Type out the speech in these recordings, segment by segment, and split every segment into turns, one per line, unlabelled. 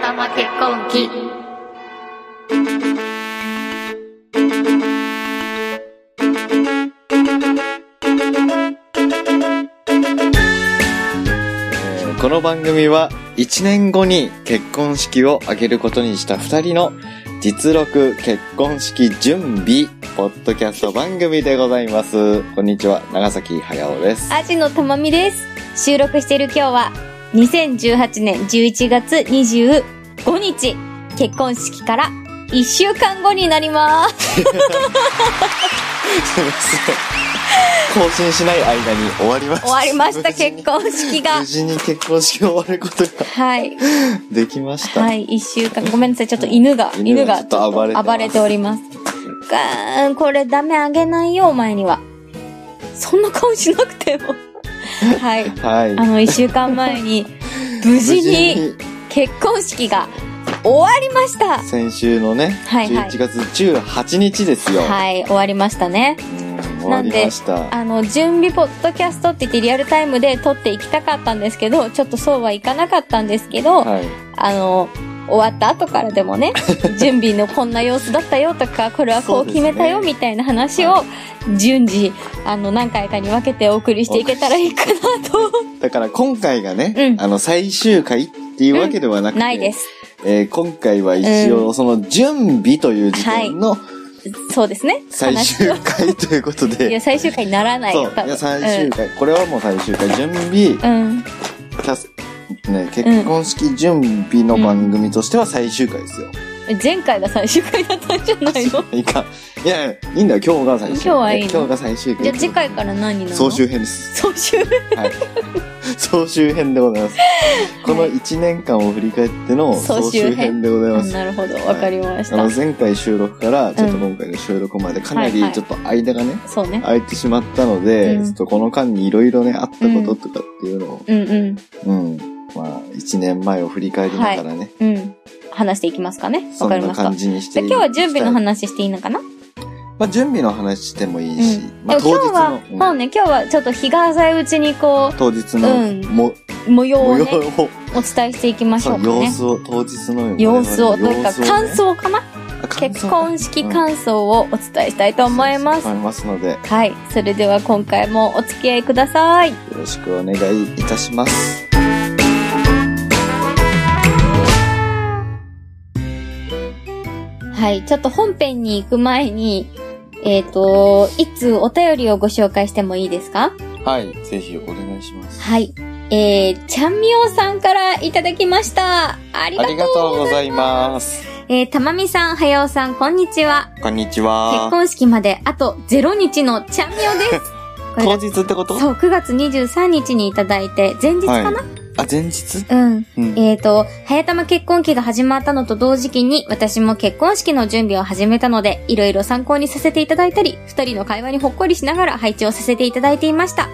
玉結婚期
えーこの番組は1年後に結婚式を挙げることにした2人の実録結婚式準備ポッドキャスト番組でございます。こんにちは、長崎駿です。
アジのたまみです。収録している今日は、2018年11月25日、結婚式から1週間後になります。
更新しない間に終わりました。
終わりました、結婚式が
無。事に無事に結婚式を終わることが
はい。
できました。
はい、1週間。ごめんなさい、ちょっと犬が、
犬
犬
が
が
ちょっと暴れてます
暴れております。がーん、これダメあげないよ、お前には。そんな顔しなくても。はい。
はい。
あの、1週間前に、無事に
無
結婚式が終わりました。
先週のね、
はいはい
11月18日ですよ。
はい、終わりましたね。
うん終わりました。
あの、準備ポッドキャストって言ってリアルタイムで撮っていきたかったんですけど、ちょっとそうはいかなかったんですけど、
はい。
あの、終わった後から でもね、準備のこんな様子だったよとか、これはこ
そう
う
です
決
ね
めたよみたいな話
は
を、順次、あの、何回かに分けてお送りしていけたらいいかなと。
だから今回がね、
うん
あの、最終回っていうわけではなくて、
ないです。
えー今回は一応、その準備という時点の
そうですね。
最終回ということ
いや、
で、
最終回にならない
そ
よ、
う、
多
いや
分。
最終回、これはもう最終回、準備、
うん。うん。
キャス、ね、結婚式準備の番組としては最終回ですよ。
前回が最終回だったんじゃないの
いいか、いや、いいんだよ、今日が最終回。
今日はいいの
今日が最終回。
じゃあ次回から何になるの
総集編です。
総集
はい。総集編でございます。この1年間を振り返っての総
総
集
集編
編でございます。
なるほど、わかりまし
あ
た。
の前回収録からちょっと今回の収録までかな
はい
り
はい
ちょっと間がね、
そうね。
空いてしまったので、
うん
ちょっとこの間にいろいろね、あったこととかっていうのを、
うんう
うん、まあ1年前を振り返りながらね、
ん。うん。話していきますかね。
そん
わかり
な
ました
感。じにして
じゃあ今日は準備の
話。
話していいのかな
まあ準備の話してもいいし、
うん。
まあ
で
当
も今日は、
日の、
も
う
うんね、今日はちょっと日が浅いうちにこ
当日
うん
のも、
う、模様
模
を
様
ね、
を、
お伝えしていきまし
そ
ょ
うう
か
様
ね。
子を、当日のよ
様子を、というか
様子をね
感想かな
あ感想
結婚式感想をお伝えしたいと思います。
思いますので、よ
はい。それでは今回もお付き合いください。
ろしくお願いいたします。
はい。ちょっと本編に行く前に、えっ、と、いつお便りをご紹介してもいいですか
はい、ぜひお願いします。
はい。えー、ちゃんみおさんからいただきました。ありが
あ
と
り
う。
がとうございます。
えー、たまみさん、はやおさん、こんにちは。
こんにち
結
は。
婚式まであと0日のちゃんみおです。これ
当
が
日ってこと
そう、9月23日にいただいて、前日かな、
あ、前日
うん。
うん。
えーと、はやたま結婚期が始まったのと同時期に、私も結婚式の準備を始めたので、いろいろ参考にさせていただいたり、二人の会話にほっこりしながら配置をさせていただいていました。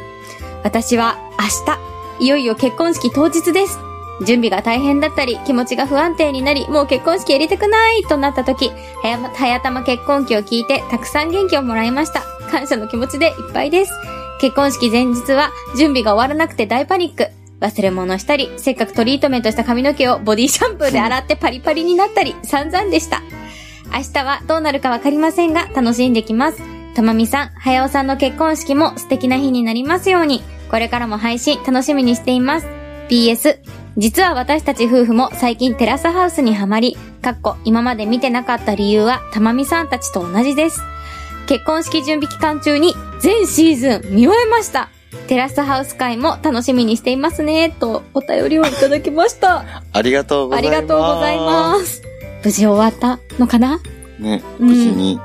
私は明日、いよいよ結婚式当日です。準備が大変だったり、気持ちが不安定になり、もう結婚式やりたくないとなった時、はやま、はやたま結婚期を聞いて、たくさん元気をもらいました。感謝の気持ちでいっぱいです。結婚式前日は、準備が終わらなくて大パニック。忘れ物したり、せっかくトリートメントした髪の毛をボディシャンプーで洗ってパリパリになったり、散々でした。明日はどうなるかわかりませんが、楽しんできます。ともみさん、はやおさんの結婚式も素敵な日になりますように、これからも配信楽しみにしています。PS、実は私たち夫婦も最近テラスハウスにはまり、かっこ今まで見てなかった理由はたまみさんたちと同じです。結婚式準備期間中に全シーズン見終えました。テラスハウス会も楽しみにしていますね、とお便りをいただきました。
ありがとうござ
あ
います。
りがとうございます。無事終わったのかな
す。ね、
うん
無事に、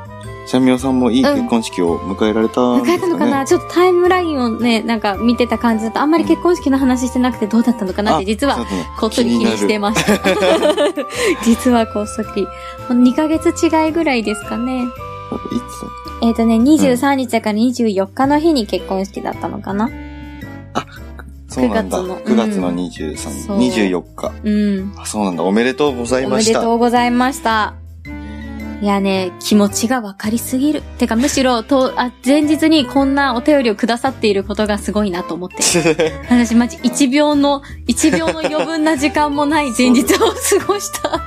シャミオさんもいい
うん
結婚式を迎えられたん
迎
で
え
すか
た
ね。
のかな、ちょっとタイムラインをね、なんか見てた感じだと、あんまり結婚式の話してなくてどうだったのかなって、
あ
実
ちょ
は、
っとね
こっそり気
な
に
る
してました。実はこっそり。2ヶ月違いぐらいですかね。
いつ
えっ、とね、23日だから24日の日に結婚式だったのかな
そうなんだ。9
9
月
月
の
の
23、
そう
24日。
うん。
あそうなんだ。おめでとうござい
お
ま
め
し
で
た。
とうございました。いいやね、気持ちがわかりすぎる。てかむしろ、と、あ、前日にこんなお便りをくださっていることがすごいなと思って。 私マジ1秒の、1秒の余分な時間もない前日を過ごした。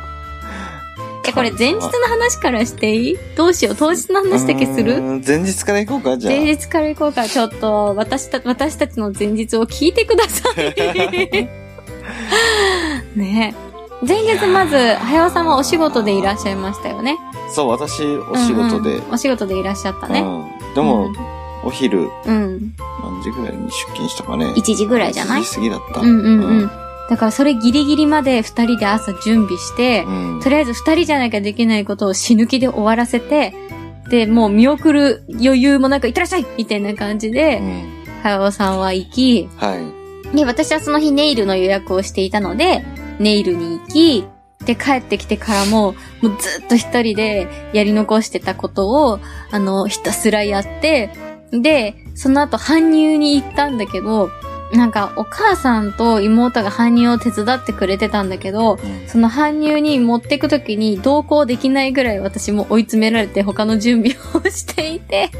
え、これ前日の話からしていいどうしよう当日の話だけす
う
る
ーん前日から行こうか、じゃあ。
前日から行こうか。ちょっと、私た、私たちの前日を聞いてくださ い。 ねえ前日まず、はやおさんはお仕事でいらっしゃいましたよね。
そう、私、お仕事で。
うんうんお仕事でいらっしゃった
う
ね。
ん。でも、お昼、
うん。
何時ぐらいに出勤したかね。
1時ぐらいじゃない
1時過ぎだった。
うんうんう。
うん
だからそれギリギリまで二人で朝準備して、
ん。うん
とりあえず二人じゃなきゃできないことを死ぬ気で終わらせて、で、もう見送る余裕もなく、いってらっしゃいみたいな感じ
う
で、
ん
はやおさんは行き、
はい。
で、私はその日ネイルの予約をしていたので、ネイルに行き、で、帰ってきてからも、もうずっと一人でやり残してたことを、あの、ひたすらやって、で、その後搬入に行ったんだけど、なんか、お母さんと妹が搬入を手伝ってくれてたんだけど、
うん
その搬入に持ってくときに同行できないぐらい私も追い詰められて他の準備をしていて、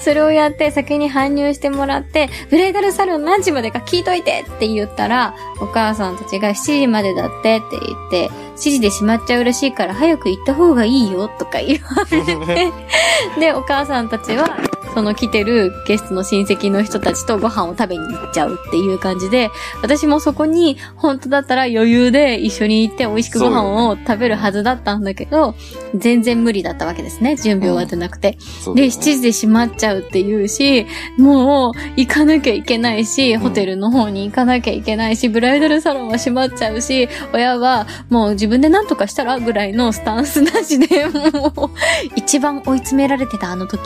それをやって先に搬入してもらって、ブレイダルサルン何時までか聞いといてって言ったら、お母さんたちが7時までだってって言って、7時で閉まっちゃうらしいから早く行った方がいいよとか言わ れて、で、お母さんたちは、その来てるゲストの親戚の人たちとご飯を食べに行っちゃうっていう感じで、私もそこに、本当だったら余裕で一緒に行って美味しくご飯を食べるはずだったんだけど、全然無理だったわけですね。準備終わってなくて。
そうだね
で、7時で閉まっちゃうっていうし、もう行かなきゃいけないし、
ん
ホテルの方に行かなきゃいけないし、ブライダルサロンは閉まっちゃうし、親はもう自分で何とかしたらぐらいのスタンスなしで、もう、一番追い詰められてたあの 時。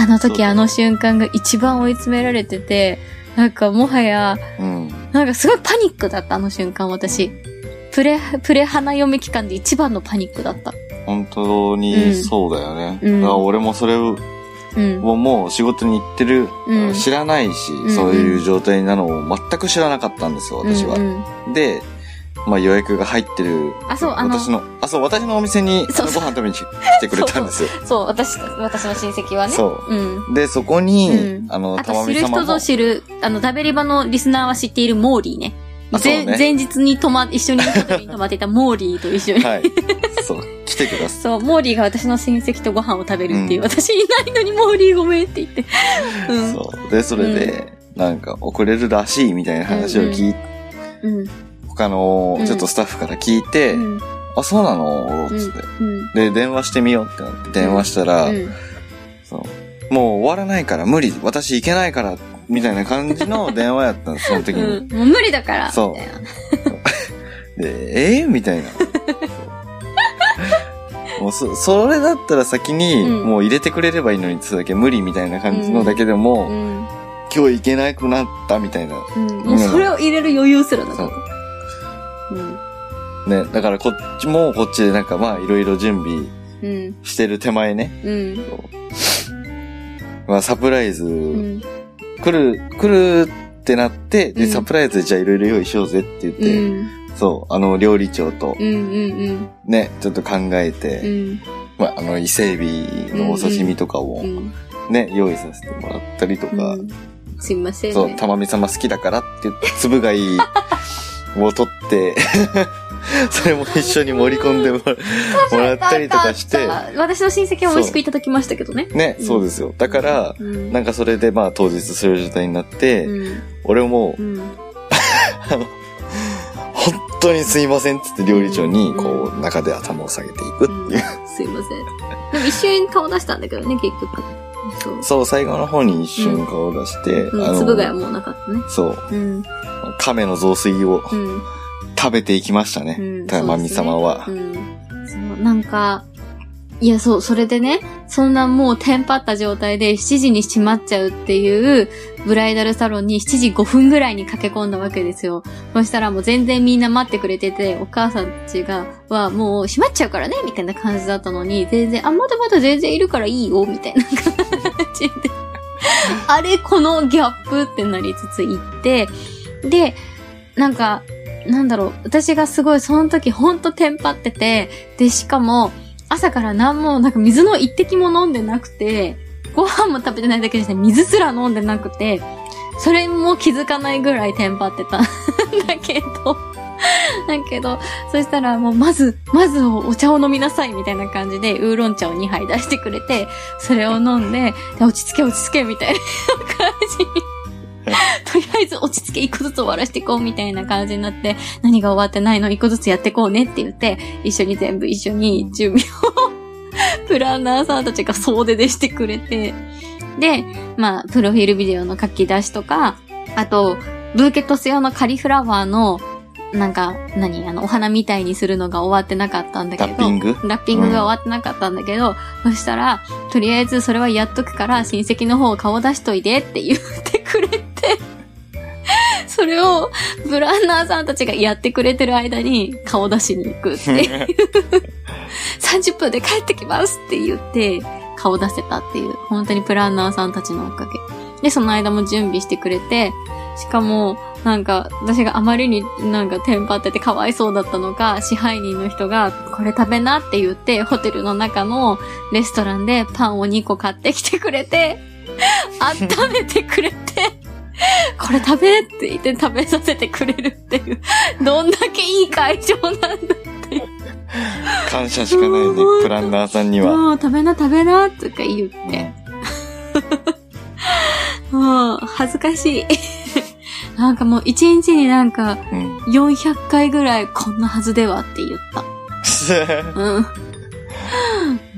あの
そう
時
だね
あの瞬間が一番追い詰められてて、なんかもはや、
うん。
なんかすごいパニックだったあの瞬間私。プレ、プレ花嫁期間で一番のパニックだった。
本当にそうだよね。
うん
だから俺もそれを
うん。
もうもう仕事に行ってる、
うん
知らないし、
ん
そういう状態なのを全く知らなかったんですよ、私は。
うんうん
で、まあ予約が入ってる。
あそうあの
私の、あ、そう、私のお店に
そうそ
ご
う
飯食べに来てくれたんですよ。
そう、私、私の親戚はね。。
そう
うん。
で、そこに、
うん
あの、
あ
た
と
ま
知
み
る
様
人
も
ぞ、知る、あの、ダベリバのリスナーは知っているモーリーね。
あそう
前
ね
前日に泊ま、一緒にホテルに泊まっていたモーリーと一 緒に。
はい。そう、来てくださ
そう、モーリーが私の親戚とご飯を食べるっていう、
うん
私いないのにモーリーごめんって 言って。う
い。
ん。
そう。で、それで、なんか遅れるらしいみたいな話を聞いて、
うん。
他の
うん、
ちょっとスタッフから聞いて、
うん。
あ、そうなのつって、
うん。
で、電話してみようってなって、電話したら、
うん
そう。もう終わらないから無理、私行けないから、みたいな感じ の電話やったんです、その時に。
うん。もう無理だから。
そう
みたいな
で、えーみたいな。もうそ、それだったら先に、
うん
もう入れてくれればいいのにってそれだけ無理みたいな感じ
う
の
ん
だけでも、
うん。
今日行けなくなったみたいな。
うん。もうそれを入れる余裕すらなかっ
そ
た。うん。
う。ね、だからこっちもこっちでなんかまあいろいろ準備
うん。
してる手前ね。
うん。
まあサプライズ、
うん。
来る、来るってなって、
う
で、
ん
サプライズでじゃあいろいろ用意しようぜって言っ
うん。う
て、
ん。
そう、あの料理長と
うん。
ね、ちょっと考えて、
うん。
まああの伊勢海老のお刺身とかを、
うん。
ね、用意させてもらったりとか、
うんすいません、ね。
そう、たまみ様好きだからって言って、粒がい いを取って、 それも一緒に盛り込んでもらもらったりとかして、
私の親戚は美味しくいただきましたけどね。
ね、
うん
そうですよ。だから、
うん。
なんかそれでまあ当日そういう状態になって、
うん。
俺も
う、ん。
本当にすいませんっつって料理長に、
うん
こう、中で頭を下げていくっていう。
すいません。でも一瞬顔出したんだけどね、結局。そう。
そう、最後の方に一瞬顔を出して、
うん、粒がもうなかったね。
そう、
うん。
亀の雑炊を
うん。
食べていきました
う
ね
ん。
たまみ様は
う。ん。そう、なんか、いや、そう、それでね、そんなもうテンパった状態で7時に閉まっちゃうっていう、ブライダルサロンに7時5分ぐらいに駆け込んだわけですよ。そしたらもう全然みんな待ってくれてて、お母さんたちが、はもう閉まっちゃうからね、みたいな感じだったのに、全然、あ、まだまだ全然いるからいいよ、みたいな感じで。あれ、このギャップってなりつつ行って、で、なんか、なんだろう、私がすごいその時ほんとテンパってて、で、しかも、朝から何も、なんか水の一滴も飲んでなくて、ご飯も食べてないだけじゃなくて、水すら飲んでなくて、それも気づかないぐらいテンパってたん だけど、だけど、そしたらもうまず、まずお茶を飲みなさいみたいな感じで、ウーロン茶を2杯出してくれて、それを飲んで、で落ち着け落ち着けみたいな感じに。とりあえず落ち着け一個ずつ終わらしていこうみたいな感じになって、何が終わってないの一個ずつやってこうねって言って、一緒に全部一緒に準備を、プランナーさんたちが総出でしてくれて、で、まあ、プロフィールビデオの書き出しとか、あと、ブーケットス用のカリフラワーの、なんか、何あの、お花みたいにするのが終わってなかったんだけ
ラ
ど。
ッピング
ラッピングが終わってなかったんだけど、そしたら、とりあえずそれはやっとくから親戚の方顔出しといてって言ってくれて、 それをブランナーさんたちがやってくれてる間に顔出しに行くっていう、30分で帰ってきますって言って顔出せたっていう、本当にプランナーさんたちのおかげ。で、その間も準備してくれて、しかも、なんか、私があまりになんかテンパっててかわいそうだったのか、支配人の人が、これ食べなって言って、ホテルの中のレストランでパンを2個買ってきてくれて、温めてくれて、これ食べって言って食べさせてくれるっていう、どんだけいい会場なんだ
感謝しかないね
うん、
プランナーさんには。
もう食べな食べなとか言って。もう、恥ずかしい。なんかもう一日になんか
うん。うん。
400回ぐらいこんなはずではって言った。う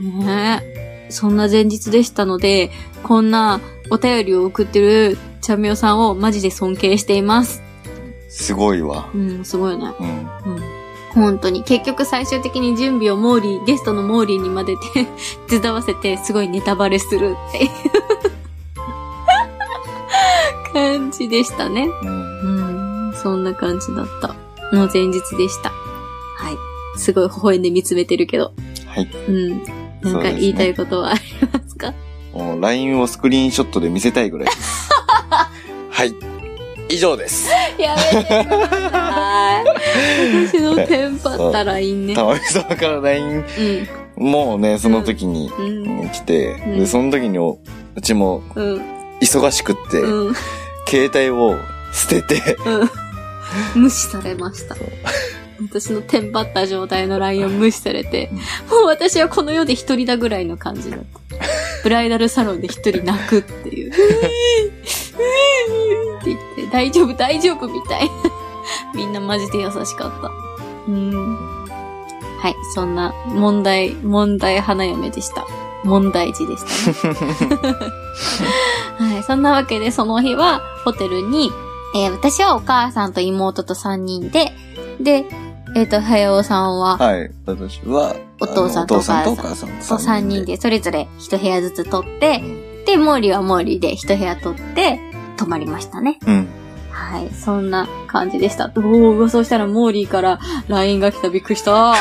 ん。ねえ。そんな前日でしたので、こんなお便りを送ってるちゃみおさんをマジで尊敬しています。
すごいわ。
うん、すごいね。
うん。
うん。本当に。結局最終的に準備をモーリー、ゲストのモーリーにまでて 手伝わせて、すごいネタバレするっていう 感じでしたね。
うん。
うん。そんな感じだった。の前日でした。はい。すごい微笑んで見つめてるけど。
はい。
うん。なん
そう
か
ですね
言いたいことはありますか
もう LINE をスクリーンショットで見せたいぐらいです。はい。以上です。
やめてください。私のテンパったらいいね。
たまみさんから LINE、
うん。
もうね、その時に
うん。
来て、
うん
で、その時におうちも
うん。
忙しくって、
うん。
携帯を捨てて、
うん。無視されました。私のテンパった状態の LINE を無視されて、もう私はこの世で一人だぐらいの感じだ った。ブライダルサロンで一人泣くっていう。うぃーう ぃーって言って、大丈夫大丈夫みたいな。みんなマジで優しかった。うん。はい、そんな問題、問題花嫁でした。問題児でしたね。 はい、そんなわけでその日はホテルに、えー私はお母さんと妹と3人で、で、えっ、と、早尾さんは
はい。私は、
お父さん
あのお父さんと
とお
お
母
母さん
と3人。でそれぞれ1部屋ずつ取って
う、ん
で、モーリーはモーリーで1部屋取って、泊まりましたね。
うん。
はい、そんな感じでした。おー、噂したらモーリーから LINE が来たびっくりした。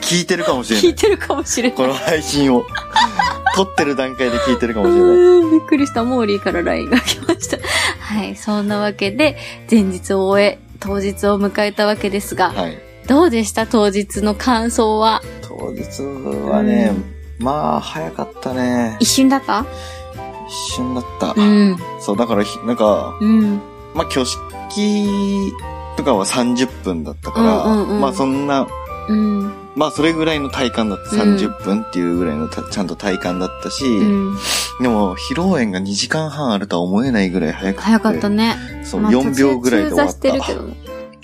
聞いてるかもしれな
聞 い
い。
てるかもしれない
こ。の配信 を。撮ってる段階で聞いてるかもしれない。
うんびっくりした。モーリーから LINE が来ました。はい。そんなわけで、前日を終え、当日を迎えたわけですが、
はい。
どうでした当日の感想は。
当日はね、まあ、早かったね。
一瞬だった
一瞬だった。
ん。
そう、だからひ、なんか、
うん。
まあ、挙式とかは30分だったから、
うんうんうん
まあ、そんな、
うん。
まあ、それぐらいの体感だった。
うん
30分っていうぐらいのたちゃんと体感だったし、
うん。
でも、披露宴が2時間半あるとは思えないぐらい早くて。
早かったね。
そう、
まあ
4秒ぐらいで終わっ
途中中
た。
座してるけどね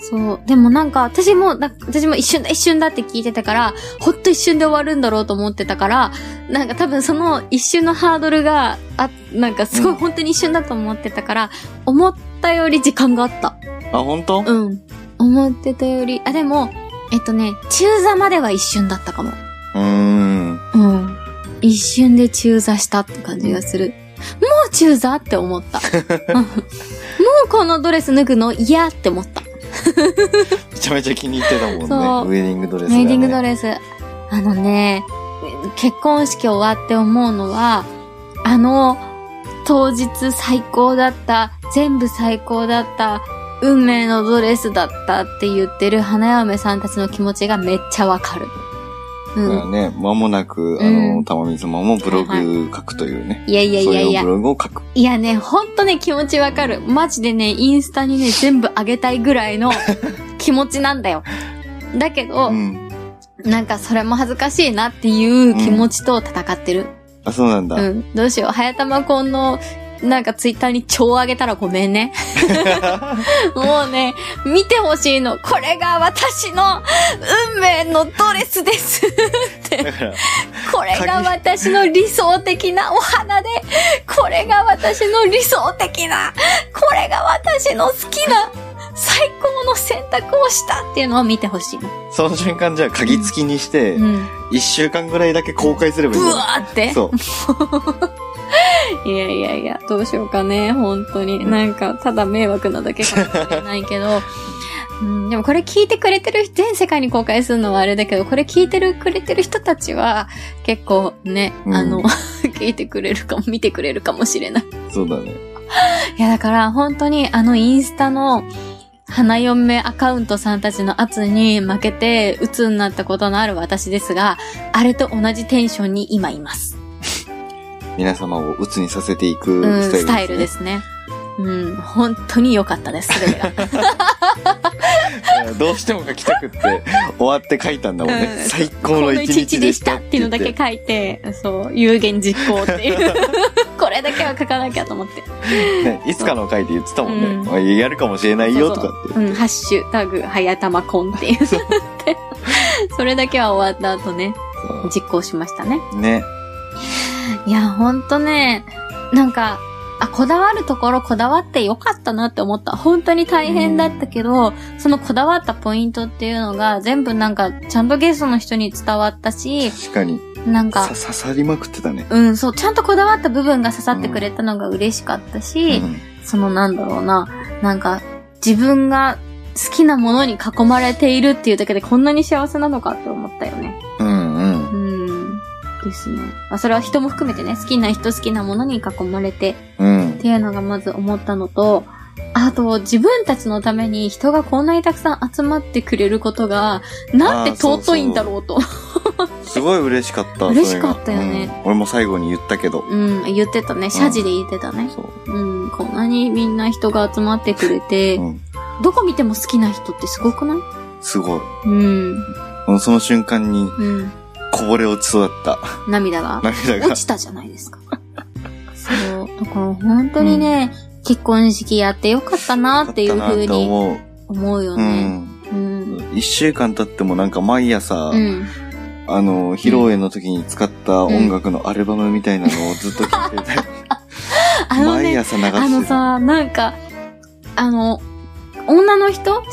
そう。でもなんか、私も、な私も一瞬だ、一瞬だって聞いてたから、ほっと一瞬で終わるんだろうと思ってたから、なんか多分その一瞬のハードルが、あ、なんかすごい
うん
本当に一瞬だと思ってたから、思ったより時間があった。
あ、本当？
うん。思ってたより、あ、でも、えっとね、中座までは一瞬だったかも。
うーん。
うん。一瞬で中座したって感じがする。もう中座って 思った。うんもうこのドレス脱ぐの嫌って思った。
めちゃめちゃ気に入ってたもんね。ウ
そう
ェディングドレスが、ね。
メイディングドレス。あのね、結婚式終わって思うのは、あの、当日最高だった、全部最高だった、う運命のドレスだったって言ってる花嫁さんたちの気持ちがめっちゃわかる。
だか
う
ら
ん。
ね、間もなく、あ
うん
の、たまみ様もブログ書くというね。
いやいやいやい
そ
や
ういうブ。ログを書く。
いやね、ほんとね、気持ちわかる。マジでね、インスタにね、全部あげたいぐらいの気持ちなんだよ。だけど、
うん。
なんかそれも恥ずかしいなっていう気持ちと戦ってる。
あ、そうなんだ。
うん。どうしよう。早玉こんの、なんかツイッターに超あげたらごめん ね。もうね、見てほしいの。これが私の運命のドレスです。
だから、
これが私の理想的なお花で、これが私の理想的な、これが私の好きな、最高の選択をしたっていうのを見てほしい。
その瞬間じゃあ鍵付きにして
う、ん。
一週間ぐらいだけ公開すればいいん
ぶ
だ
わーって。
そう。
いやいやいや、どうしようかね、本当に。なんか、ただ迷惑なだけかもしれないけど。 うん、でもこれ聞いてくれてる、全世界に公開するのはあれだけど、これ聞いてるくれてる人たちは、結構ね、あの、
う ん
聞いてくれるかも、見てくれるかもしれない。
そうだね。
いや、だから本当にあのインスタの花嫁アカウントさんたちの圧に負けて鬱になったことのある私ですが、あれと同じテンションに今います。
皆様を鬱にさせていく
うん、
ス
スタ
タイ
イル
ル
で
です、
すね。うん、本当に良かったです、それが。
ね。 どうしても書きたくって、終わって書いたんだもんね。
うん
最高の一日でした
っていうのだけ
って
書いて、 そう、有言実行っていう。これだけは書かなきゃと思って。
言ってね、いつかの回で言ってたもんね。
うん
まあやるかもしれないよとかって。
うん、ハッシュタグ、はやたまこ んっていう。それだけは終わった後ね、実行しましたね。
そうね。
いや、ほんとね、なんか、あ、こだわるところこだわってよかったなって思った。本当に大変だったけど、そのこだわったポイントっていうのが全部なんか、ちゃんとゲストの人に伝わったし、
確かに。
なん
さ
か、
刺さりまくってたね。
うん、そう、ちゃんとこだわった部分が刺さってくれたのが嬉しかったし、
うん
そのなんだろうな、なんか、自分が好きなものに囲まれているっていうだけでこんなに幸せなのかって思ったよね。
うんうん。
うん。ですね。まあ、それは人も含めてね、好きな人好きなものに囲まれて
うん
っ。ていうのがまず思ったのと、あと、自分たちのために人がこんなにたくさん集まってくれることが、なんて
あーそうそう
尊いんだろうと。
すごい嬉しかった。
嬉しかったよね
それがうん俺も最後に言ったけど。
うん、言ってたね。謝辞で言ってたね。
そう。
うん、こんなにみんな人が集まってくれて、
うん。
どこ見ても好きな人ってすごくない
すごい。
うん、
うんその瞬間に
うん。
こぼれ落ちそうだった。
涙が
涙
落
が。
ちたじゃないですか。 そう。だから本当にね、結婚式やってよかったなっていう
あった
ふ
な
う
って
に
思う。
思うよ
う
ね。
ん。
うん。
一週間経ってもなんか毎朝、
うん。
あの、披露宴の時に使った音楽のアルバムみたいなのをずっと聴いてて、
あの
毎
ね、
朝流して
あの
た。
さ、なんか、あの、女の人神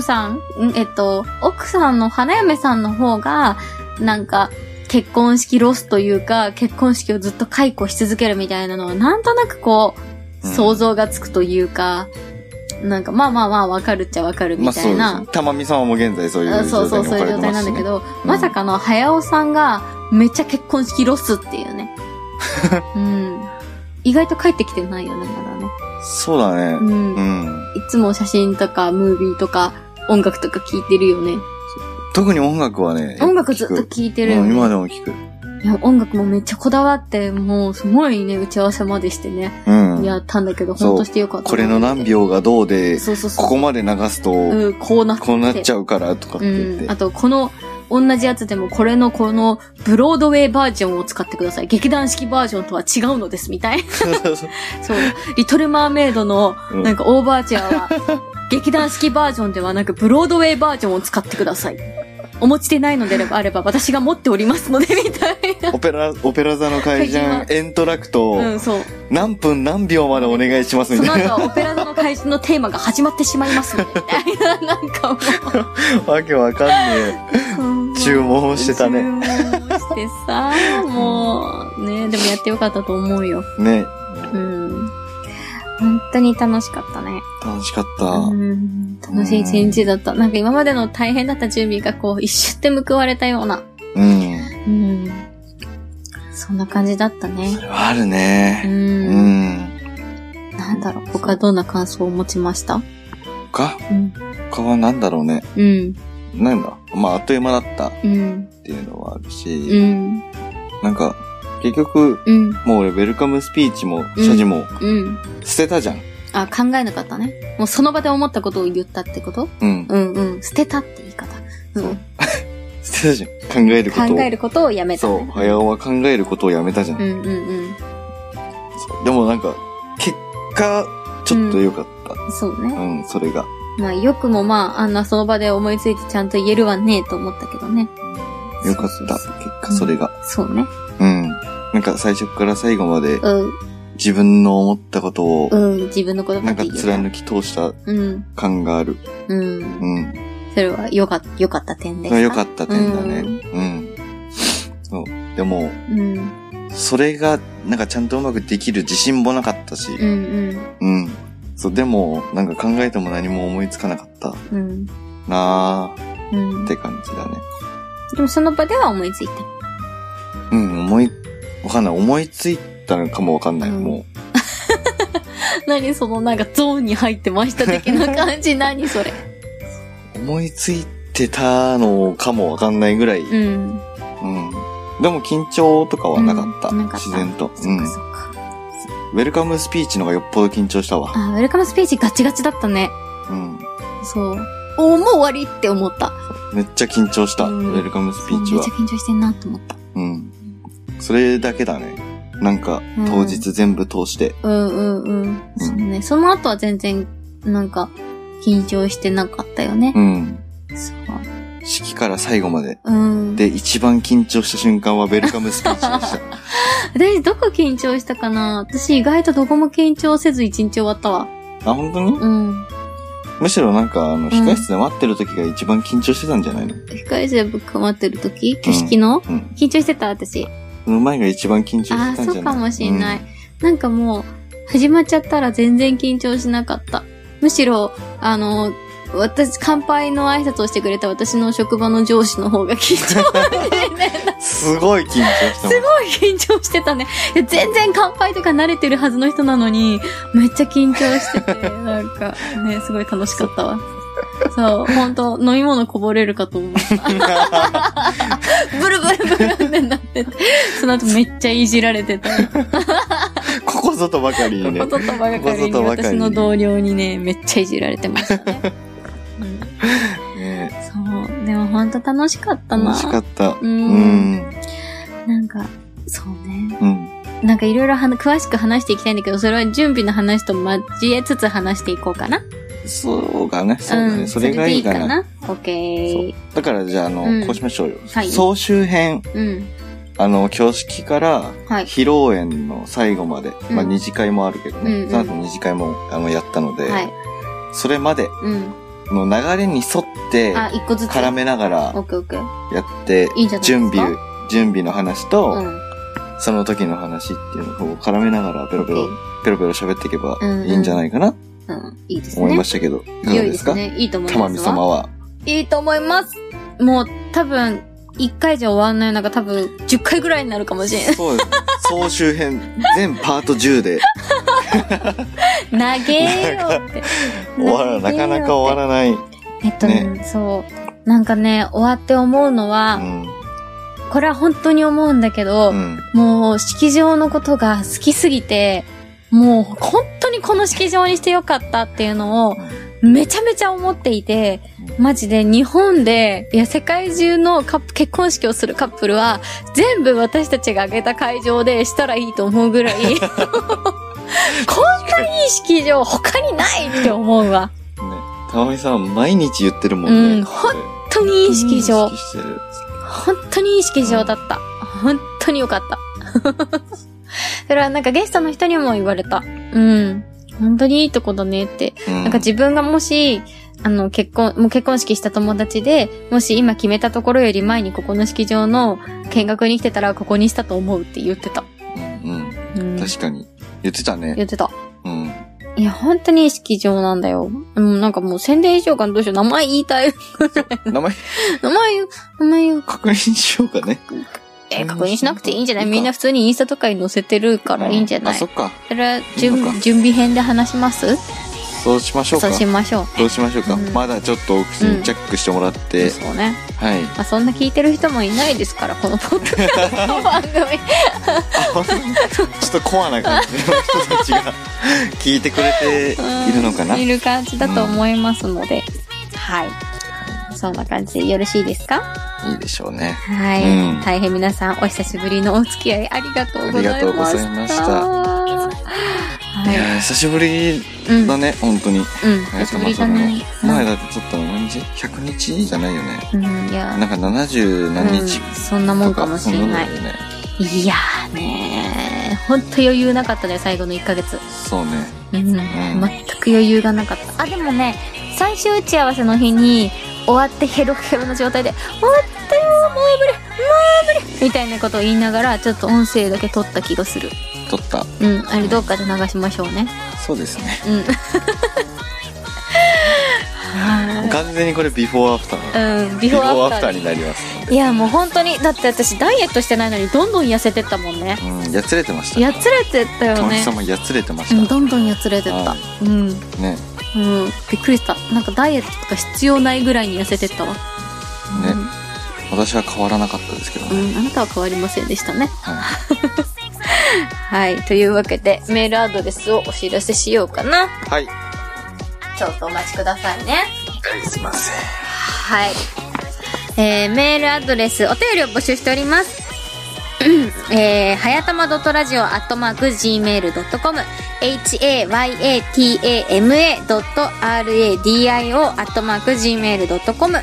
父さんんえっと、奥さんの花嫁さんの方が、なんか、結婚式ロスというか、結婚式をずっと解雇し続けるみたいなのは、なんとなくこう、
うん
想像がつくというか、なんか、まあまあまあ、わかるっちゃわかる
まあ
みた
そうで
い
す
な
ね。。たまみ様も現在そうい
あ
う
そう
状態
そう、
に
そう
置か
いう
れ
状
てま
態なん
す
だ
し
け
ね。
ど、まさかの、早尾さんが、めっちゃ結婚式ロスっていうね。 うん。意外と帰ってきてないよね、まだね。
そうだ
う
ね。
ん。
う
い
ん。
つも写真とか、ムービーとか、音楽とか聞いてるよね。
特に音楽はね、
音楽ずっと
聴
聞い
い
てるよ
うん
ね。
今でも聴く。
いや音楽もめっちゃこだわって、もうすごいね、打ち合わせまでしてね、
うん。
やったんだけど、
そう
ほんとしてよかった。
これの何秒がどうで、
そうそうそう。
ここまで流すと、
うん、こうなって。
こうなっちゃうからとかって言っ
う
て
ん。あ。と、この、同じやつでも、これのこの、ブロードウェイバージョンを使ってください。劇団式バージョンとは違うのです、みたい。そう。リトルマーメイドの、
うん
なんか、オーバーチャーは、劇団式バージョンではなく、ブロードウェイバージョンを使ってください。お持ちでないのであれば、私が持っておりますので、みたいな。
オペラ、オペラ座の怪人、エントラクトを
うん、そう。
何分何秒までお願いします
そ
み
の
たい
後
な。
はオペラ座の会場のテーマが始まってしまいます ので、みたいな。なんかもう。
わけわかんね え。注文をしてたね。
注文してさ、もう、ね、でもやってよかったと思うよ。
ね。
うん。本当に楽しかったね。
楽しかった。
うん。楽しい一日だった。なんか今までの大変だった準備がこう、一瞬で報われたような。
うん。
うん。そんな感じだったね
そ。れはある
う。
ね。うんん。
なんだろう、他どんな感想を持ちました
他
うん。
他はなんだろうね。
うん。
なんだまあ、あっという間だったっ
うん。
ていうのはある
う
し、
ん。
なんか、結局、
うん。
もう俺、ウェルカムスピーチも、謝辞も、
うん。
捨てたじゃん。
あ、考えなかったね。もうその場で思ったことを言ったってこと
うん。
うんうん。捨てたって言い方。うん。
捨てたじゃん。考えることを。
考えることをやめた、
そう。
ね。
早尾は考えることをやめたじゃん。
うんうん
そうでもなんか、結果、ちょっと良かった。
うん。そうね。
うん、それが。
まあ、よくもまあ、あんなその場で思いついてちゃんと言えるわねえと思ったけどね。
良かった。結果、それが。
そうね。
うん。なんか、最初から最後まで、
うん、
自分の思ったことを、
うん、自分の言葉
なん
で
か
言えた。
貫き通した
うん、
感がある。
うん。
うん。
それはよか、よかった点で
そ
す
れ
か。
は良かった点だね。
う
うん。そう。でも、
うん、
それが、なんかちゃんとうまくできる自信もなかったし。
うん、
うん。そう、でも、なんか考えても何も思いつかなかった
うん、うん。
なー
うん、
って感じだね。
でもその場では思いついた。
うん、思い、わかんない。思いついたのかもわかんない。
うん
も
何そのなんかゾーンに入ってました的な感じ何それ。
う、思いついてたのかもわかんないぐらい。うん。
うん。
でも緊張とかはなかった。
うんなかった
自然と。う
そっ
ん
か。そっか。
ウェルカムスピーチの方がよっぽど緊張したわ。
あ、ウェルカムスピーチガチガチだったね。
うん。
そう。おーもう終わりって思った。
めっちゃ緊張した。
う
ウ
ん
ェルカムスピーチ
めっ
は
ちゃ。緊張してんなって思った。
うん。それだけだね。なんか
う、ん
当日全部通して。
うんうんうん。そうね。その後は全然、なんか、緊張してなかったよね。
うん。
そう。
式から最後まで。
うん。
で、一番緊張した瞬間はウェルカムスピーチでした。
私、どこ緊張したかな私、意外とどこも緊張せず一日終わったわ。
あ、本当に
うん。
むしろなんか、あの、控室で待ってる時が一番緊張してたんじゃないの
控え室で困ってる時景色の、
うん。
緊張してた私。
その前が一番緊張してた
あ
ん
あ、
じゃない
そうかもしんない。。なんかもう、始まっちゃったら全然緊張しなかった。むしろ、あの、私、乾杯の挨拶をしてくれた私の職場の上司の方が緊張 してね。
うんすごい緊張したもん。
緊張してたね。いや全然乾杯とか慣れてるはずの人なのに、めっちゃ緊張してて、なんかね、すごい楽しかったわ。そう、ほんと、飲み物こぼれるかと思う。 ブルブルブルってなってて、その後めっちゃいじられてた。
ここぞとばかりにね
こ。こぞとばかり
ここぞと
に
ばかり
私
に
の同僚にね、めっちゃいじられてましたね。 うん
ね
そう、でもほんと楽しかったな。
楽しかった。
う。
うんん。
なんか、そうね。
うん。
なんかいろいろはな詳しく話していきたいんだけど、それは準備の話と交えつつ話していこうかな。
そうかね。そうだ
う
ね。
ん
それがいいか
そ
な。
れでいいかな。
だからじゃあ、あの、
うん
こうしましょうよ。
はい
総集編、
オッケー。うん。
あの、挙式から、
はい。
披露宴の最後まで、
うん
まあ二次会もあるけどね、
うんうん
その後二次会も、あの、やったので、
はい。
それまで
うん。
の流れに沿って、
あ、一個ずつ。
絡めなが
オッ
ら
ケーオッケー。
やって、
いいんじゃないです
準
か
備、準備の話と、
うん。
その時の話っていうのを絡めながら、ペロペロ、ペロペロ喋っていけば
うんうん
いいんじゃないかなと
うん。いいですね。
思いましたけど、いかが
良い
で
です
か
すね。いいと思い
たま
ま
み
す。
様。は。
いいと思います。もう、多分、一回じゃ終わんない。なんか多分、10回ぐらいになるかもしれ
そうです。総集編、全パート10で、
ない。投げようって。
終わら、なかなか終わらない。う
らえっとね、そう。なんかね、終わって思うのは、
ん。
これは本当に思うんだけど、
うん。
もう、式場のことが好きすぎて、もう、本当にこの式場にしてよかったっていうのを、めちゃめちゃ思っていて、マジで日本で、いや、世界中のカップ、結婚式をするカップルは、全部私たちが挙げた会場でしたらいいと思うぐら い、こんないい式場他にないって思うわ。
ね、たまみさん、毎日言ってるもん
う
ね。
ん
これ
本当にいい式場
意。識してる。
本当にいい式場だった。本当に良かった。 それはなんかゲストの人にも言われた。うん。本当にいいとこだねって。
うん
なんか自分がもし、あの、結婚、もう結婚式した友達で、もし今決めたところより前にここの式場の見学に来てたら、ここにしたと思うって言ってた。
うん、
うん
うん。。確かに。言ってたね。
言ってた。
うん。
いや、本当にいい式場なんだよ。うん、なんかもう宣伝以上かどうしよう。名前言いたい。
名前
名前言う、名前言う。
確認しようかね。
え、確認しなくていいんじゃない
いいか
みんな普通にインスタとかに載せてるからいいんじゃない
あ、そっか。
それは
いいの
準
か
準備編で話します
そうしましょう
そ
か
うしましょう。
どうしましょうか、
うん
まだちょっとお口にチェックしてもらって、
そうね。
はい
まあそんな聞いてる人もいないですから、この ポッドキャスト番組。
ちょっとコアな感じの人たちが聞いてくれているのかな、
うんいる感じだと思いますので。はい。そんな感じでよろしいですか
いいでしょうね
はい、
うん
大変皆さんお久しぶりのお付き合いありがとうございました。
ありがとうございましたい
は
やー久しぶり
い。うん。
だね、本当に
うん。久しぶりだね。
前だってちょっと何日 ?100 日じゃないよね
うん、いや、
なんか70何日
うんそんなも
と
んか
か、
もし
そんな
れな
もんだ
い
よ。ね
いやーねー、ほんと余裕なかったね、最後の1ヶ月。
そうね
うん、全く余裕がなかった。あ、でもね、最終打ち合わせの日に、終わってヘロヘロの状態で、終わったよーもう無理もう無理みたいなことを言いながら、ちょっと音声だけ撮った気がする。
撮った
うん、あれどっかで流しましょうね。
そうですね
うん。
もう 完全にこれビフォーアフターだ
うん、ビフォーアフター
ビフォーアフターになります
いや、もう本当に、だって私ダイエットしてないのにどんどん痩せてったもんね。
うんやつれてました
やつれてったよ
友
ね
達。様やつれてま
うん、
した
どんどんやつれてった
は。
うん。
ね
うん、びっくりした。なんかダイエットとか必要ないぐらいに痩せてったわ。
ね私は変わらなかったですけど
う
ね
ん、あなたは変わりませんでしたね。
はい
はい、というわけで、メールアドレスをお知らせしようかな。
はい
ちょっとお待ちくださいね。
すいません
はい。えー、メールアドレス、お便りを募集しております。うんえー、はやたま .radio.gmail.com hayatama.radio.gmail.com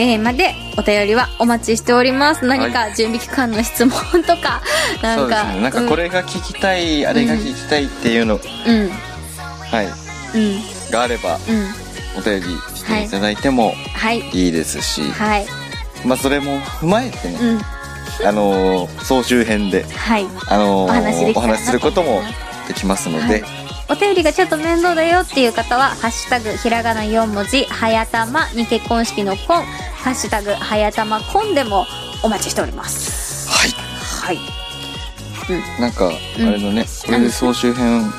えー、までお便りはお待ちしております。何か準備期間の質問とか、な
そ
ん
うです
か、
ねなんかこれが聞きたい、あれが聞きたいっていうの、
うん、うん、
はい
うん、
があれば
うん。
お便りしていただいても
はい。
いいですし、
はい。
まあそれも踏まえてね、
うん。
あのー総集編で、
はい。
あ
お
のー
話できたらなと思います
お話しすることもできますので、
お便りがちょっと面倒だよっていう方は、ハッシュタグ、ひらがな4文字、はやたまに結婚式の婚、ハッシュタグ、はやたま婚でもお待ちしております。は
はい
い。
なんかあれだね、これで総集編
う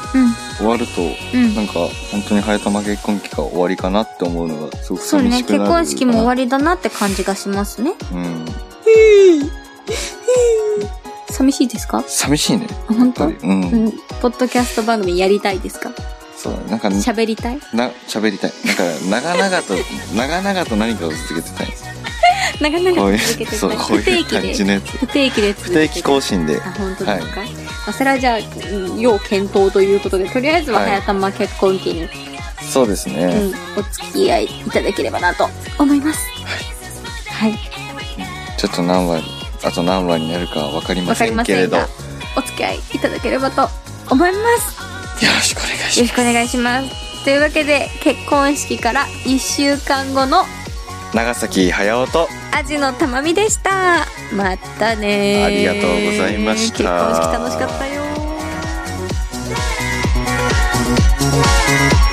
終わると、
ん。うん
な。んか本当に早玉結婚期が終わりかなって思うのがすごく
そう
寂
ね、
しくな
結
る
婚式も終わ
り
りだなって感じがしますね。
うん
寂しいですか
寂しいね
あ本当
やっぱりうん、
うん。ポッドキャスト番組やりたいですか
そうだねなんか
喋りたい
な喋りたいなんか長々と 長々と何かを続けてたい
長々
こう
と
いう
続けて
そうこう
不定
いう
期
感
で
じのやつ
不定期で続
不
けて
定期更新で
あ、本当ですか、まあ、それはじゃあ、うん要検討ということで、とりあえずは
はい
早玉結婚期に、
そうです
う
ね、
ん、お付き合いいただければなと思います。はい。
ちょっと何話あと何話になるかわかり
わ
ま
か
せ
り
ん
ま
け
せ
れ
ん
どよ
が、お付き合いいただければと思います。
ろしくお願いします
よろしくお願いします。というわけで、結婚式から1週間後の
長崎駿と
アジのたまみでした。またねー
ありがとうございました
結婚式楽しかったよー。